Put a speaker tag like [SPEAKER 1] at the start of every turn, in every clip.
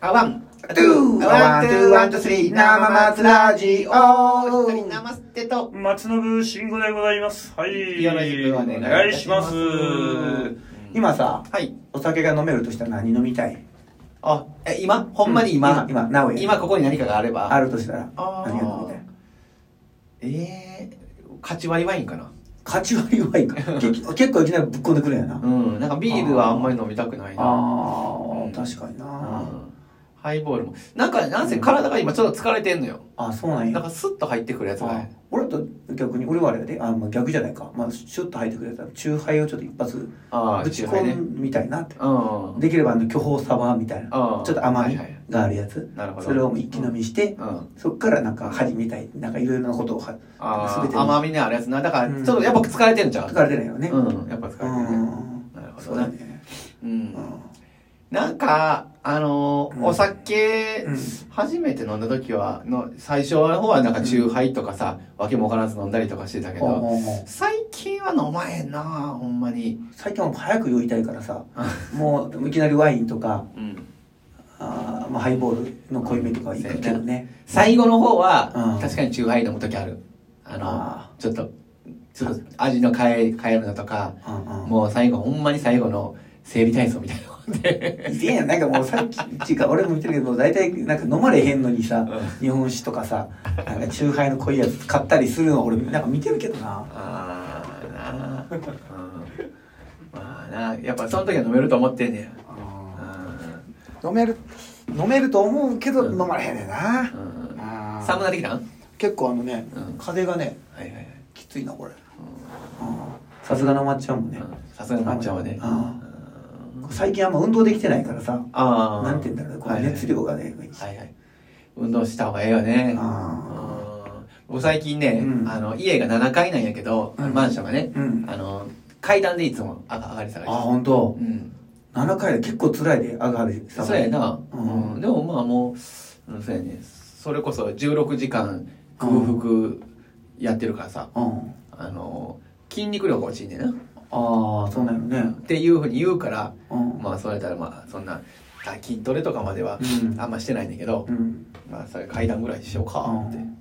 [SPEAKER 1] あわん。
[SPEAKER 2] トゥーワン、トゥーワン、トゥースリー、生松ラジオ
[SPEAKER 1] 一人ナマステと。
[SPEAKER 3] 松信慎吾でございます。はい。
[SPEAKER 2] よろしくお願いいたします
[SPEAKER 3] お願いします。
[SPEAKER 2] 今さ、
[SPEAKER 1] はい。
[SPEAKER 2] お酒が飲めるとしたら何飲みたい
[SPEAKER 1] あ、え、今ほんまに今、
[SPEAKER 2] 今、今、なおや。
[SPEAKER 1] 今ここに何かがあれば。
[SPEAKER 2] あるとしたら、
[SPEAKER 1] あー
[SPEAKER 2] 何が飲みたい
[SPEAKER 1] ええー、カチ割りワインかな。
[SPEAKER 2] カチ割り 弱いか。け結構いきなりぶっこんでくるんやな。
[SPEAKER 1] うん。なんかビールはあんまり飲みたくないな。
[SPEAKER 2] あ
[SPEAKER 1] うん
[SPEAKER 2] あ、確かに
[SPEAKER 1] う
[SPEAKER 2] な。
[SPEAKER 1] ん。ハイボールも。なんか、なんせ体が今ちょっと疲れてんのよ。
[SPEAKER 2] あ、そうなん
[SPEAKER 1] な
[SPEAKER 2] や
[SPEAKER 1] ん。かスッと入ってくるやつが。
[SPEAKER 2] 俺と逆に俺はあれやであ、まあ、逆じゃないか、まあ、シュッと入ってくれたらチューハイをちょっと一発
[SPEAKER 1] ああ、
[SPEAKER 2] ぶち
[SPEAKER 1] 中杯
[SPEAKER 2] 込。んみたいなって、
[SPEAKER 1] うん。
[SPEAKER 2] できればあの巨峰サワーみたいなち
[SPEAKER 1] あ
[SPEAKER 2] ょ
[SPEAKER 1] あ
[SPEAKER 2] っと甘
[SPEAKER 1] はい
[SPEAKER 2] み
[SPEAKER 1] はい
[SPEAKER 2] があるやつ、
[SPEAKER 1] なるほど。
[SPEAKER 2] それをもう一気飲みして、
[SPEAKER 1] うん。
[SPEAKER 2] そっからなんか始めたいなんかいろいろなことをは
[SPEAKER 1] あ
[SPEAKER 2] 全て
[SPEAKER 1] あ、
[SPEAKER 2] に
[SPEAKER 1] 甘みのあるやつな。だから、
[SPEAKER 2] うん
[SPEAKER 1] ちょっとやっぱ疲れてんじゃん。
[SPEAKER 2] 疲れてないよね、
[SPEAKER 1] うん。やっぱ疲れて
[SPEAKER 2] う
[SPEAKER 1] るね。
[SPEAKER 2] ん
[SPEAKER 1] なるほ
[SPEAKER 2] そ
[SPEAKER 1] ど
[SPEAKER 2] うだ
[SPEAKER 1] ね。
[SPEAKER 2] ね、
[SPEAKER 1] う。
[SPEAKER 2] うんん
[SPEAKER 1] なんか、あのー
[SPEAKER 2] うん
[SPEAKER 1] お酒、
[SPEAKER 2] うん
[SPEAKER 1] 初めて飲んだ時は、の、最初の方はなんか中杯とかさ、わけもわからず飲んだりとかしてたけ
[SPEAKER 2] ほう
[SPEAKER 1] ど、
[SPEAKER 2] ほうほう
[SPEAKER 1] 最近は飲まへんなほんまに。
[SPEAKER 2] 最近はもう早く酔いたいからさもういきなりワインとか
[SPEAKER 1] うん。
[SPEAKER 2] あー、まあ、ハイボールの濃いめとかいくけどね
[SPEAKER 1] 最後の方は、
[SPEAKER 2] うん
[SPEAKER 1] 確かに中杯飲む時ある。あの
[SPEAKER 2] あ
[SPEAKER 1] ちょっと、ちょっと味の変え、変えるのとか、
[SPEAKER 2] うんうん
[SPEAKER 1] もう最後、ほんまに最後の生理体操みたいなもんで。
[SPEAKER 2] いやなんかもうさっきっていうか俺も言ってるけど大体なんか飲まれへんのにさ、
[SPEAKER 1] うん
[SPEAKER 2] 日本酒とかさなんかチューハイの濃いやつ買ったりするの俺なんか見てるけどな
[SPEAKER 1] あーなあ、うん、まあなやっぱその時は飲めると思ってんねやう
[SPEAKER 2] 飲める飲めると思うけど
[SPEAKER 1] うん
[SPEAKER 2] 飲まれへんねんな、
[SPEAKER 1] んうん
[SPEAKER 2] あー
[SPEAKER 1] 寒なってきたんはい
[SPEAKER 2] 結構あのね、
[SPEAKER 1] うん
[SPEAKER 2] 風がね
[SPEAKER 1] はいはい
[SPEAKER 2] きついなこれさすがのまっちゃんもね、
[SPEAKER 1] うんさすがの抹茶はね
[SPEAKER 2] あ
[SPEAKER 1] うん
[SPEAKER 2] 最近あんま運動できてないからさ
[SPEAKER 1] ああ
[SPEAKER 2] なんて言うんだろうねこの熱量がね、
[SPEAKER 1] はいはい運動した方がええよね
[SPEAKER 2] あ
[SPEAKER 1] うん僕最近ね、
[SPEAKER 2] うん
[SPEAKER 1] あの家が7階なんやけど、
[SPEAKER 2] うん
[SPEAKER 1] マンションがね、
[SPEAKER 2] ーうん
[SPEAKER 1] あの階段でいつも上が上がり下が
[SPEAKER 2] あ
[SPEAKER 1] りして
[SPEAKER 2] 本当
[SPEAKER 1] うん
[SPEAKER 2] 7回で結構辛いで上がる下
[SPEAKER 1] そ
[SPEAKER 2] が
[SPEAKER 1] うや
[SPEAKER 2] る
[SPEAKER 1] な、う
[SPEAKER 2] うんん
[SPEAKER 1] でもまあもう、うん、そうやねそれこそ16時間空腹やってるからさ、
[SPEAKER 2] うん
[SPEAKER 1] あの筋肉量が落ちんねんな、
[SPEAKER 2] ああそうなのね
[SPEAKER 1] っていうふうに言うから
[SPEAKER 2] うん
[SPEAKER 1] まあそうやったらまあそんなあ筋トレとかまでは
[SPEAKER 2] うん
[SPEAKER 1] あんましてないんだけど
[SPEAKER 2] う、ん
[SPEAKER 1] まあそれ階段ぐらいしようかって、
[SPEAKER 2] うん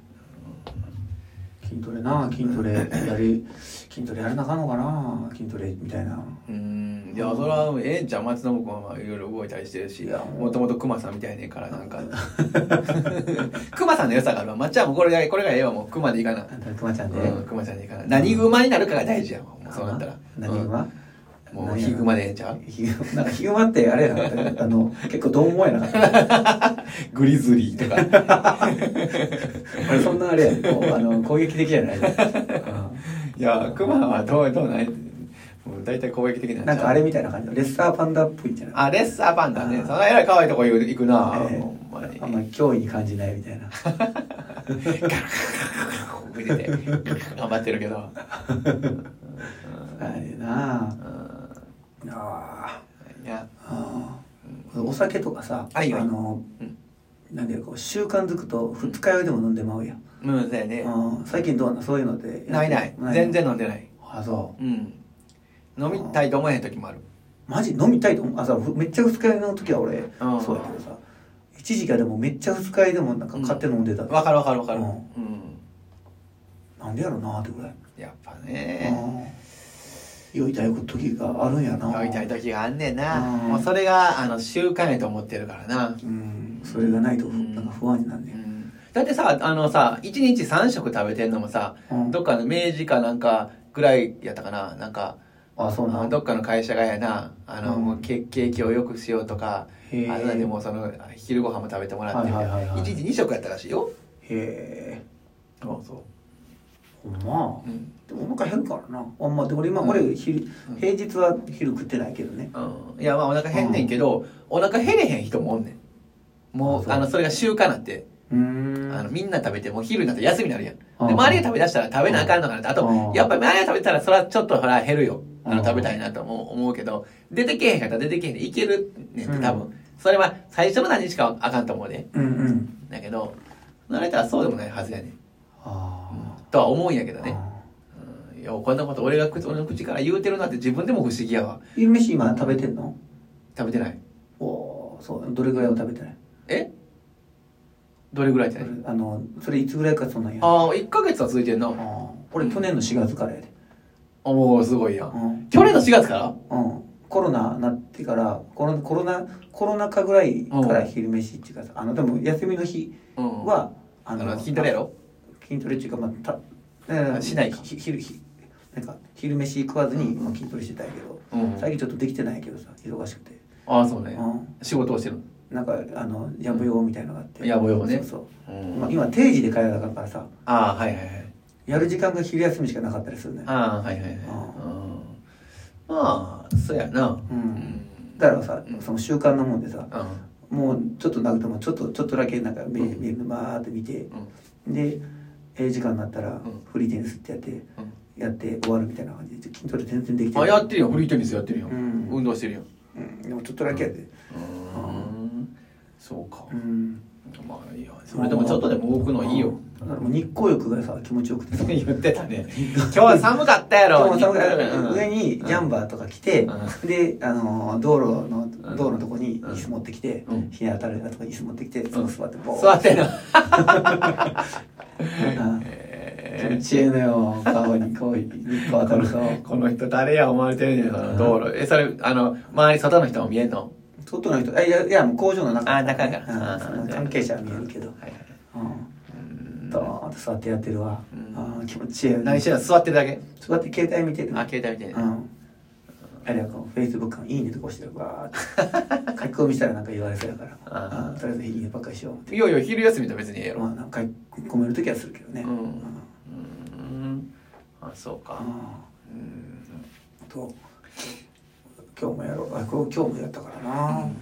[SPEAKER 2] 筋トレな筋トレやり筋トレやらなあかんのかな筋トレみたいな
[SPEAKER 1] うんいやそれはええんちゃう松信君はまあいろいろ動いたりしてるし
[SPEAKER 2] いや
[SPEAKER 1] もともと熊さんみたいねんからなんか熊さんの良さがあるわまっちゃんもこれがこれがええわもう熊でいかな
[SPEAKER 2] あんたくまちゃんで、
[SPEAKER 1] うん、熊ちゃんに行かない。何グマになるかが大事やもん、もうそうなったら。
[SPEAKER 2] 何グマ、
[SPEAKER 1] うんもうヒグマでええんちゃう
[SPEAKER 2] ヒグマなんかヒグマってあれやなかったあの結構どう思えなかった
[SPEAKER 1] グリズリーと か。
[SPEAKER 2] 俺そんなあれやんこうあの攻撃的じゃない、
[SPEAKER 1] いや、クマはどう、どうないもう大体攻撃的な
[SPEAKER 2] うんん
[SPEAKER 1] ちゃ
[SPEAKER 2] な
[SPEAKER 1] うん
[SPEAKER 2] かあれみたいな感じのレッサーパンダっぽいんじゃない
[SPEAKER 1] あ、レッサーパンダね
[SPEAKER 2] う。ん
[SPEAKER 1] そのえらい可愛いとこ行く行くな、
[SPEAKER 2] ええ
[SPEAKER 1] ほんまに。
[SPEAKER 2] あんまり脅威に感じないみたいな
[SPEAKER 1] こ う見てて頑張ってるけど。
[SPEAKER 2] あれな
[SPEAKER 1] う
[SPEAKER 2] ああ
[SPEAKER 1] んいや、
[SPEAKER 2] ああお酒とかさ、
[SPEAKER 1] はいはい
[SPEAKER 2] あの、
[SPEAKER 1] うん
[SPEAKER 2] なんでこう習慣づくと二日酔いでも飲んでまうやん、
[SPEAKER 1] うん、そうやね。
[SPEAKER 2] うん最近どうなのそういうので
[SPEAKER 1] ないない。全然飲んでない。
[SPEAKER 2] あそう
[SPEAKER 1] うん。飲みたいと思えへん時もある。
[SPEAKER 2] マジ飲みたいと思うあさめっちゃ二日酔いの時は俺
[SPEAKER 1] うん
[SPEAKER 2] そうやけどさ一時期はでもめっちゃ二日酔いでもなんか買って飲んでた、
[SPEAKER 1] わかるわかるわかる。
[SPEAKER 2] うん
[SPEAKER 1] うん。
[SPEAKER 2] なんでやろうなってぐらい、
[SPEAKER 1] やっぱね。
[SPEAKER 2] うん酔いたい時があるんやな
[SPEAKER 1] 酔いたい時があんねんな、
[SPEAKER 2] うん
[SPEAKER 1] もうそれがあの習慣やと思ってるからな、
[SPEAKER 2] うんそれがないと
[SPEAKER 1] うん
[SPEAKER 2] なんか不安になんね、
[SPEAKER 1] だってさあのさ1日3食食べてんのもさ
[SPEAKER 2] うん
[SPEAKER 1] どっかの明治かなんかぐらいやったかななんか
[SPEAKER 2] あそうな
[SPEAKER 1] あ
[SPEAKER 2] ん
[SPEAKER 1] どっかの会社がやなあの、
[SPEAKER 2] うん
[SPEAKER 1] もう血血液を良くしようとか
[SPEAKER 2] へえ
[SPEAKER 1] あとでもうその昼ご飯も食べてもらって、
[SPEAKER 2] はいはいはいはい
[SPEAKER 1] 1日2食やったらしいよ
[SPEAKER 2] へえ
[SPEAKER 1] そうそ
[SPEAKER 2] ほんま
[SPEAKER 1] ううん、
[SPEAKER 2] でもお腹減るからなあんまで俺今俺昼、
[SPEAKER 1] うん
[SPEAKER 2] 平日は昼食ってないけどね
[SPEAKER 1] うん、いやまあお腹減んねんけど、お腹減れへん人もおんねんも
[SPEAKER 2] あ
[SPEAKER 1] う
[SPEAKER 2] そう
[SPEAKER 1] あのそれが習慣なって
[SPEAKER 2] うーん
[SPEAKER 1] あのみんな食べてもう昼になったら休みになるやん。で
[SPEAKER 2] うん
[SPEAKER 1] 周りが食べだしたら食べなあかんのかなってあと
[SPEAKER 2] うん
[SPEAKER 1] やっぱり周りが食べたらそれはちょっとほら減るよあ
[SPEAKER 2] う
[SPEAKER 1] の
[SPEAKER 2] ん
[SPEAKER 1] 食べたいなと思う思うけど出てけへんかったら出てけへんでいけるねんって多分、それは最初の何日かはあかんと思うで
[SPEAKER 2] うんうん
[SPEAKER 1] だけど慣れたらそうでもないはずやねん、
[SPEAKER 2] あ
[SPEAKER 1] とは思うんやけど
[SPEAKER 2] あ
[SPEAKER 1] ね、うん、いやこんなこと俺が口俺の口から言うてるなんて自分でも不思議やわ
[SPEAKER 2] 昼飯今食べてんの
[SPEAKER 1] 食べてない
[SPEAKER 2] おおそうどれぐらいは食べてない
[SPEAKER 1] えどれぐらいって何
[SPEAKER 2] あのそれいつぐらいからそんなんや
[SPEAKER 1] ああ1ヶ月は続いてんな
[SPEAKER 2] あー俺去年の4月からやで
[SPEAKER 1] おおすごいや
[SPEAKER 2] うんん、
[SPEAKER 1] 去年の4月から
[SPEAKER 2] うん、コロナなってからコロコロナコロナ禍ぐらいから
[SPEAKER 1] うん
[SPEAKER 2] 昼飯っていうかさあのでも休みの日
[SPEAKER 1] うん
[SPEAKER 2] は、
[SPEAKER 1] あ
[SPEAKER 2] あの
[SPEAKER 1] の筋トレやろ
[SPEAKER 2] 筋トレっていうかまあただから
[SPEAKER 1] しないか
[SPEAKER 2] ひ昼ひなんか昼飯食わずに、まあ、筋トレしてたんやけど
[SPEAKER 1] うん
[SPEAKER 2] 最近ちょっとできてないけどさ忙しくて、
[SPEAKER 1] ああそうね
[SPEAKER 2] う
[SPEAKER 1] 仕事をしてる
[SPEAKER 2] ん、なんかあのやぼよみたいのがあって
[SPEAKER 1] やぼよね
[SPEAKER 2] そうそうう、まあ、
[SPEAKER 1] ん
[SPEAKER 2] 今定時で帰らなあかんからさ
[SPEAKER 1] ああはいはいはい
[SPEAKER 2] やる時間が昼休みしかなかったりするね
[SPEAKER 1] ああはいはいはいうんまあそうやな
[SPEAKER 2] う
[SPEAKER 1] うんん
[SPEAKER 2] だからさ
[SPEAKER 1] うん
[SPEAKER 2] その習慣なもんでさ
[SPEAKER 1] うん
[SPEAKER 2] もうちょっとなくてもちょっとちょっとだけなんか目
[SPEAKER 1] うん
[SPEAKER 2] 目バーって見てでええ時間になったら
[SPEAKER 1] ん
[SPEAKER 2] フリーテニスってやってやって終わるみたいな感じで筋トレ全然できて
[SPEAKER 1] うんあ
[SPEAKER 2] ない
[SPEAKER 1] やってるよフリーテニスやってるよ
[SPEAKER 2] うん
[SPEAKER 1] 運動してるよ
[SPEAKER 2] うんでもちょっとだけやで
[SPEAKER 1] うんそうか
[SPEAKER 2] うん
[SPEAKER 1] まあいいやそれでもちょっとでも動くのいいよ
[SPEAKER 2] だからもう日光浴がさ気持ちよくてさ
[SPEAKER 1] 言ってたね今日は寒かったやろ
[SPEAKER 2] 今日も寒かったから上
[SPEAKER 1] に
[SPEAKER 2] にジャンバーとか着て、
[SPEAKER 1] う
[SPEAKER 2] で、あのー道路の
[SPEAKER 1] ん
[SPEAKER 2] 道路のとこに椅子持ってきて、
[SPEAKER 1] うん
[SPEAKER 2] 日に当たるとこに椅子持ってきて、その座ってボー
[SPEAKER 1] 座ってな
[SPEAKER 2] うん気
[SPEAKER 1] え
[SPEAKER 2] 持ちええのよ顔にこう日光当たると
[SPEAKER 1] ーこの人誰や思われてるんやそ
[SPEAKER 2] う
[SPEAKER 1] の
[SPEAKER 2] ん
[SPEAKER 1] 道路えそれあの周り外の人も見えんの
[SPEAKER 2] 外の人あいやいやもう工場の中
[SPEAKER 1] あ中か
[SPEAKER 2] うん
[SPEAKER 1] あ
[SPEAKER 2] その関係者は見えるけど、
[SPEAKER 1] はいはい
[SPEAKER 2] うん、ドーンと座ってやってるわ、
[SPEAKER 1] うん
[SPEAKER 2] あー気持ちええよね
[SPEAKER 1] 何してんの座ってるだけ
[SPEAKER 2] 座って携帯見てる
[SPEAKER 1] あ携帯見て
[SPEAKER 2] う
[SPEAKER 1] ね
[SPEAKER 2] んあれやこうフェイスブックの「いいね」とか押してるわーって書き込みしたらなんか言われそうやから
[SPEAKER 1] あー
[SPEAKER 2] うんとりあえず「いいね」ばっかりしよう思って
[SPEAKER 1] いやいや昼休みと別にええやろ
[SPEAKER 2] まあなんか書き込める時はするけどね
[SPEAKER 1] うん
[SPEAKER 2] うん
[SPEAKER 1] うんあそうか
[SPEAKER 2] あ
[SPEAKER 1] うん
[SPEAKER 2] ーと今日もやろうあこう今日もやったからな、うん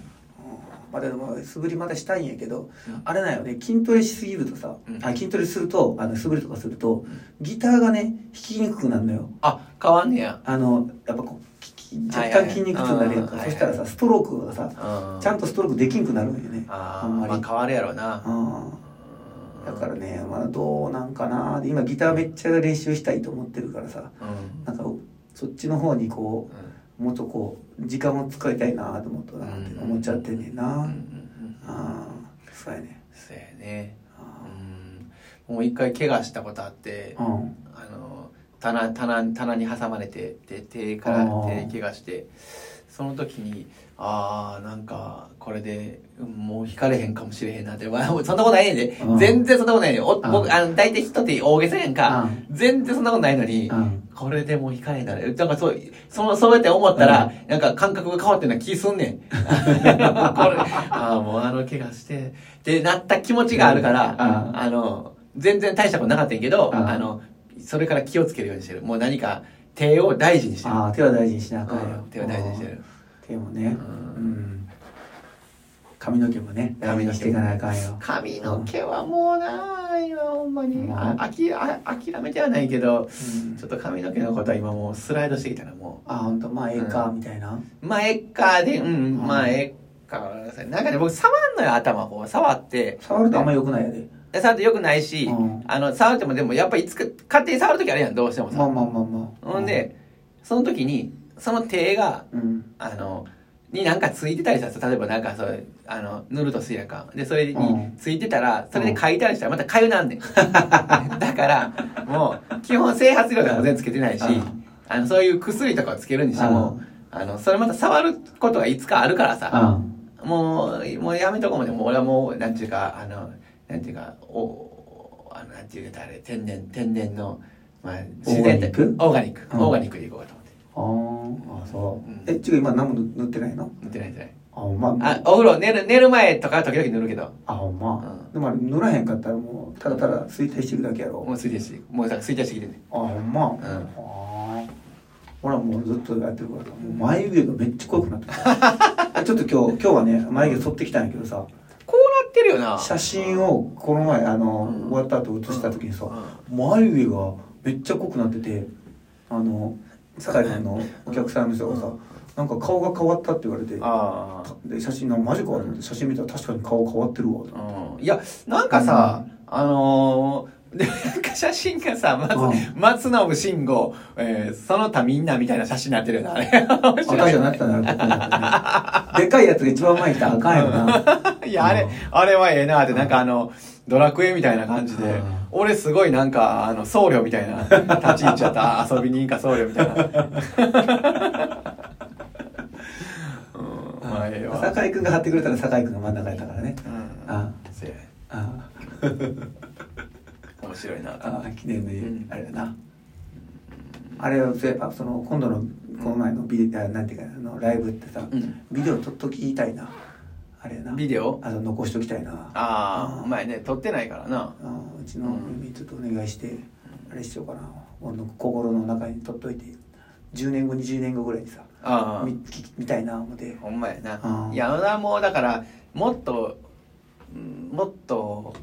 [SPEAKER 2] まあでも素振りまたしたいんやけど、
[SPEAKER 1] うん
[SPEAKER 2] あれなんよね筋トレしすぎるとさ、
[SPEAKER 1] うん
[SPEAKER 2] あ筋トレするとあの素振りとかするとギターがね弾きにくくなるのよ
[SPEAKER 1] あ変わんねや
[SPEAKER 2] あのやっぱこうきき
[SPEAKER 1] は
[SPEAKER 2] 若
[SPEAKER 1] いはい
[SPEAKER 2] 干筋肉痛になるやん
[SPEAKER 1] う
[SPEAKER 2] か
[SPEAKER 1] ん
[SPEAKER 2] そしたらさストロークがさ
[SPEAKER 1] う
[SPEAKER 2] ちゃんとストロークできんくなるんよね
[SPEAKER 1] あ
[SPEAKER 2] あ
[SPEAKER 1] ー
[SPEAKER 2] んまり、
[SPEAKER 1] まあ変わるやろうな
[SPEAKER 2] うんだからねまあどうなんかなで今ギターめっちゃ練習したいと思ってるからさ
[SPEAKER 1] うんうん
[SPEAKER 2] なんかそっちの方にこうもっとこう時間を使いたいなと思ったなって思っちゃってんねんな、
[SPEAKER 1] うんうんうん
[SPEAKER 2] ああそうやね
[SPEAKER 1] そうやね
[SPEAKER 2] あ
[SPEAKER 1] うんもう一回怪我したことあって
[SPEAKER 2] ーうん
[SPEAKER 1] あの棚棚棚に挟まれてで手から
[SPEAKER 2] あー
[SPEAKER 1] 手怪我してその時にああんかこれでうんもう引かれへんかもしれへんなって わそんなことないねんで
[SPEAKER 2] うん
[SPEAKER 1] 全然そんなことないよお
[SPEAKER 2] うん
[SPEAKER 1] 僕あの大体人って大げさやんか
[SPEAKER 2] うん
[SPEAKER 1] 全然そんなことないのに
[SPEAKER 2] うん
[SPEAKER 1] これでもう引かれへんだねなんかそうそのそうやって思ったら、なんか感覚が変わってんな気すんねん これああもうあの怪我してってなった気持ちがあるから、
[SPEAKER 2] うん
[SPEAKER 1] あの全然大したことなかったんやけど、
[SPEAKER 2] うん
[SPEAKER 1] あのそれから気をつけるようにしてるもう何か手を大事にしてる、
[SPEAKER 2] ああ手は大事にしなあかん
[SPEAKER 1] う
[SPEAKER 2] よ
[SPEAKER 1] ん手を大事にしてる
[SPEAKER 2] 手もね
[SPEAKER 1] う
[SPEAKER 2] うんん髪の毛もね大
[SPEAKER 1] 髪の毛
[SPEAKER 2] 事
[SPEAKER 1] も
[SPEAKER 2] にしていかなあかんよ
[SPEAKER 1] 髪の毛はもうな今ほんまに、
[SPEAKER 2] うん
[SPEAKER 1] ああきあ諦めてはないけど
[SPEAKER 2] うん
[SPEAKER 1] ちょっと髪の毛のことは今もうスライドしてきたなもう。
[SPEAKER 2] あほんとまあええかみたいな
[SPEAKER 1] まあ、えっかで、うん、まあ、えっか、ごめんなさい。なんかね、僕、触んのよ、頭こう。触って。
[SPEAKER 2] 触るとあんま良くないやで
[SPEAKER 1] で触ってよくないし、
[SPEAKER 2] うん
[SPEAKER 1] あの、触っても、でも、やっぱいつか、勝手に触るときあるやん、どうしてもさ。
[SPEAKER 2] まあまあまあまあ
[SPEAKER 1] ほんで、その時に、その手が、
[SPEAKER 2] うん
[SPEAKER 1] あの、になんかついてたりしたら、例えばなんか、そう、あの、塗るとするやんか。で、それに
[SPEAKER 2] うん
[SPEAKER 1] ついてたら、それで書いたりしたら、またかゆなん ねん。だから、もう、基本整髪料とかも全然つけてないし、
[SPEAKER 2] うん
[SPEAKER 1] あの、そういう薬とかをつけるにしても、あの、それまた触ることがいつかあるからさ、
[SPEAKER 2] うん
[SPEAKER 1] もう、もうやめとこうもでもう俺はもう、なんていうか、あの、なんていうか、お、あの、なんていうか、あれ、天然、天然の、まあ、自然
[SPEAKER 2] オーガニック
[SPEAKER 1] オーガニック。
[SPEAKER 2] うん
[SPEAKER 1] オーガニックでいこうかと思って。
[SPEAKER 2] あーあそううんえちょ今何も塗ってないの
[SPEAKER 1] 塗ってない塗って
[SPEAKER 2] あほんま
[SPEAKER 1] ない。あ、お風呂、寝る、寝る前とか時々塗るけど、
[SPEAKER 2] あほんま
[SPEAKER 1] うん
[SPEAKER 2] でもあれ塗らへんかったらもうただただ衰退していくだけやろ
[SPEAKER 1] もう衰退して、もうさ、衰退してきてね。
[SPEAKER 2] あほんま、
[SPEAKER 1] ん
[SPEAKER 2] あー俺はもうずっとやってるからもう眉毛がめっちゃ濃くなってき たちょっと今日今日はね眉毛剃ってきたんやけどさ
[SPEAKER 1] こうなってるよな。
[SPEAKER 2] 写真をこの前あの、
[SPEAKER 1] うん
[SPEAKER 2] 終わった後写した時にさ、
[SPEAKER 1] う
[SPEAKER 2] 眉毛がめっちゃ濃くなっててあの堺さんのお客さんの人がさ、なんか顔が変わったって言われて
[SPEAKER 1] ん。ああ。
[SPEAKER 2] で写真のマジかと思って写真見たら確かに顔変わってるわと思っ
[SPEAKER 1] う
[SPEAKER 2] て
[SPEAKER 1] ん。いや、なんかさ、あのー でなんか写真がさ、ま
[SPEAKER 2] う
[SPEAKER 1] ず、松信慎吾、えーその他みんなみたいな写真になってるよな、あれ。面
[SPEAKER 2] 赤
[SPEAKER 1] 白い
[SPEAKER 2] じゃなったな、 でかいやつが一番前に来たらあかんやろな。
[SPEAKER 1] いや、あれ、あれはええなって、なんかあの、ドラクエみたいな感じ
[SPEAKER 2] う
[SPEAKER 1] で
[SPEAKER 2] ん、
[SPEAKER 1] 俺すごいなんか、あの、僧侶みたいな、立ち入っちゃった、 遊び人か僧侶みたいな。 うん、まあええわ。
[SPEAKER 2] 酒井君が張ってくれたら酒井君が真ん中やったからね。
[SPEAKER 1] うん
[SPEAKER 2] あ
[SPEAKER 1] せや
[SPEAKER 2] あ
[SPEAKER 1] 面白いなと。
[SPEAKER 2] ああ記念のいい
[SPEAKER 1] うん
[SPEAKER 2] あれだな。あれをせあその今度のこの前のビデオ、あなんていうかあのライブってさ、
[SPEAKER 1] うん
[SPEAKER 2] ビデオ撮っときたいな。あれやな。
[SPEAKER 1] ビデオ
[SPEAKER 2] あの残しときたいな。
[SPEAKER 1] ああ、お前ね、撮ってないからな。
[SPEAKER 2] あーうちの嫁にちょっとお願いして、あれしようかな俺の心の中に取っといて10年後20年後ぐらいにさ
[SPEAKER 1] ああ
[SPEAKER 2] 見。き見たいな思って
[SPEAKER 1] ほんまや
[SPEAKER 2] う
[SPEAKER 1] な。
[SPEAKER 2] ん
[SPEAKER 1] いや、野田もだから、もっと、うんもっと、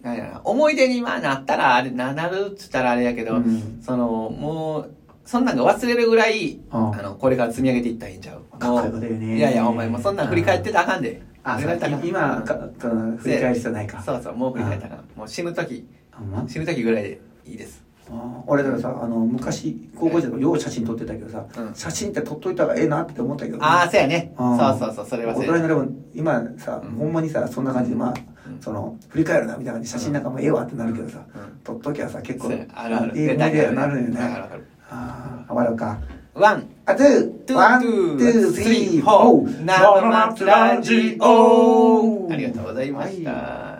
[SPEAKER 1] なんやろな、思い出にまあなったら、あれ、な、なるっつったらあれやけど、
[SPEAKER 2] うん
[SPEAKER 1] その、もう、そんなんが忘れるぐらい、
[SPEAKER 2] うん
[SPEAKER 1] あの、これから積み上げていったらいいんちゃう
[SPEAKER 2] かっこいいこと言うね
[SPEAKER 1] もういやいや、お前もうそんなん振り返ってたらあかんで。
[SPEAKER 2] あ
[SPEAKER 1] 振
[SPEAKER 2] そ
[SPEAKER 1] り返
[SPEAKER 2] れ
[SPEAKER 1] ったらあかん
[SPEAKER 2] 今かか振り返る必要ないか
[SPEAKER 1] そうそう、もう振り返ったらあかん。もう死ぬ時、
[SPEAKER 2] あほんま
[SPEAKER 1] 死ぬ時ぐらいでいいです。
[SPEAKER 2] あー俺だからさあの昔高校時代とかよう写真撮ってたけどさ、
[SPEAKER 1] うん
[SPEAKER 2] 写真って撮っといたらええなって思ったけど、
[SPEAKER 1] ああ、そうやね。
[SPEAKER 2] うん
[SPEAKER 1] そうそうそう、それは
[SPEAKER 2] 大
[SPEAKER 1] そう
[SPEAKER 2] 人
[SPEAKER 1] や
[SPEAKER 2] になれば今さ、
[SPEAKER 1] うん
[SPEAKER 2] ほんまにさそんな感じでまあ、
[SPEAKER 1] うん
[SPEAKER 2] その振り返るなみたいな感じで写真なんかもええわってなるけどさ、
[SPEAKER 1] うん
[SPEAKER 2] 撮っときゃさ結構
[SPEAKER 1] そうやあるある。
[SPEAKER 2] いい思い出になるよ
[SPEAKER 1] わかるわ
[SPEAKER 2] ね
[SPEAKER 1] かる。
[SPEAKER 2] ああ終わろうか
[SPEAKER 1] ワン。
[SPEAKER 2] あ、トゥー、ワン、ツー、スリー、フォー。
[SPEAKER 1] 生ラジオありがとうございました。
[SPEAKER 2] はい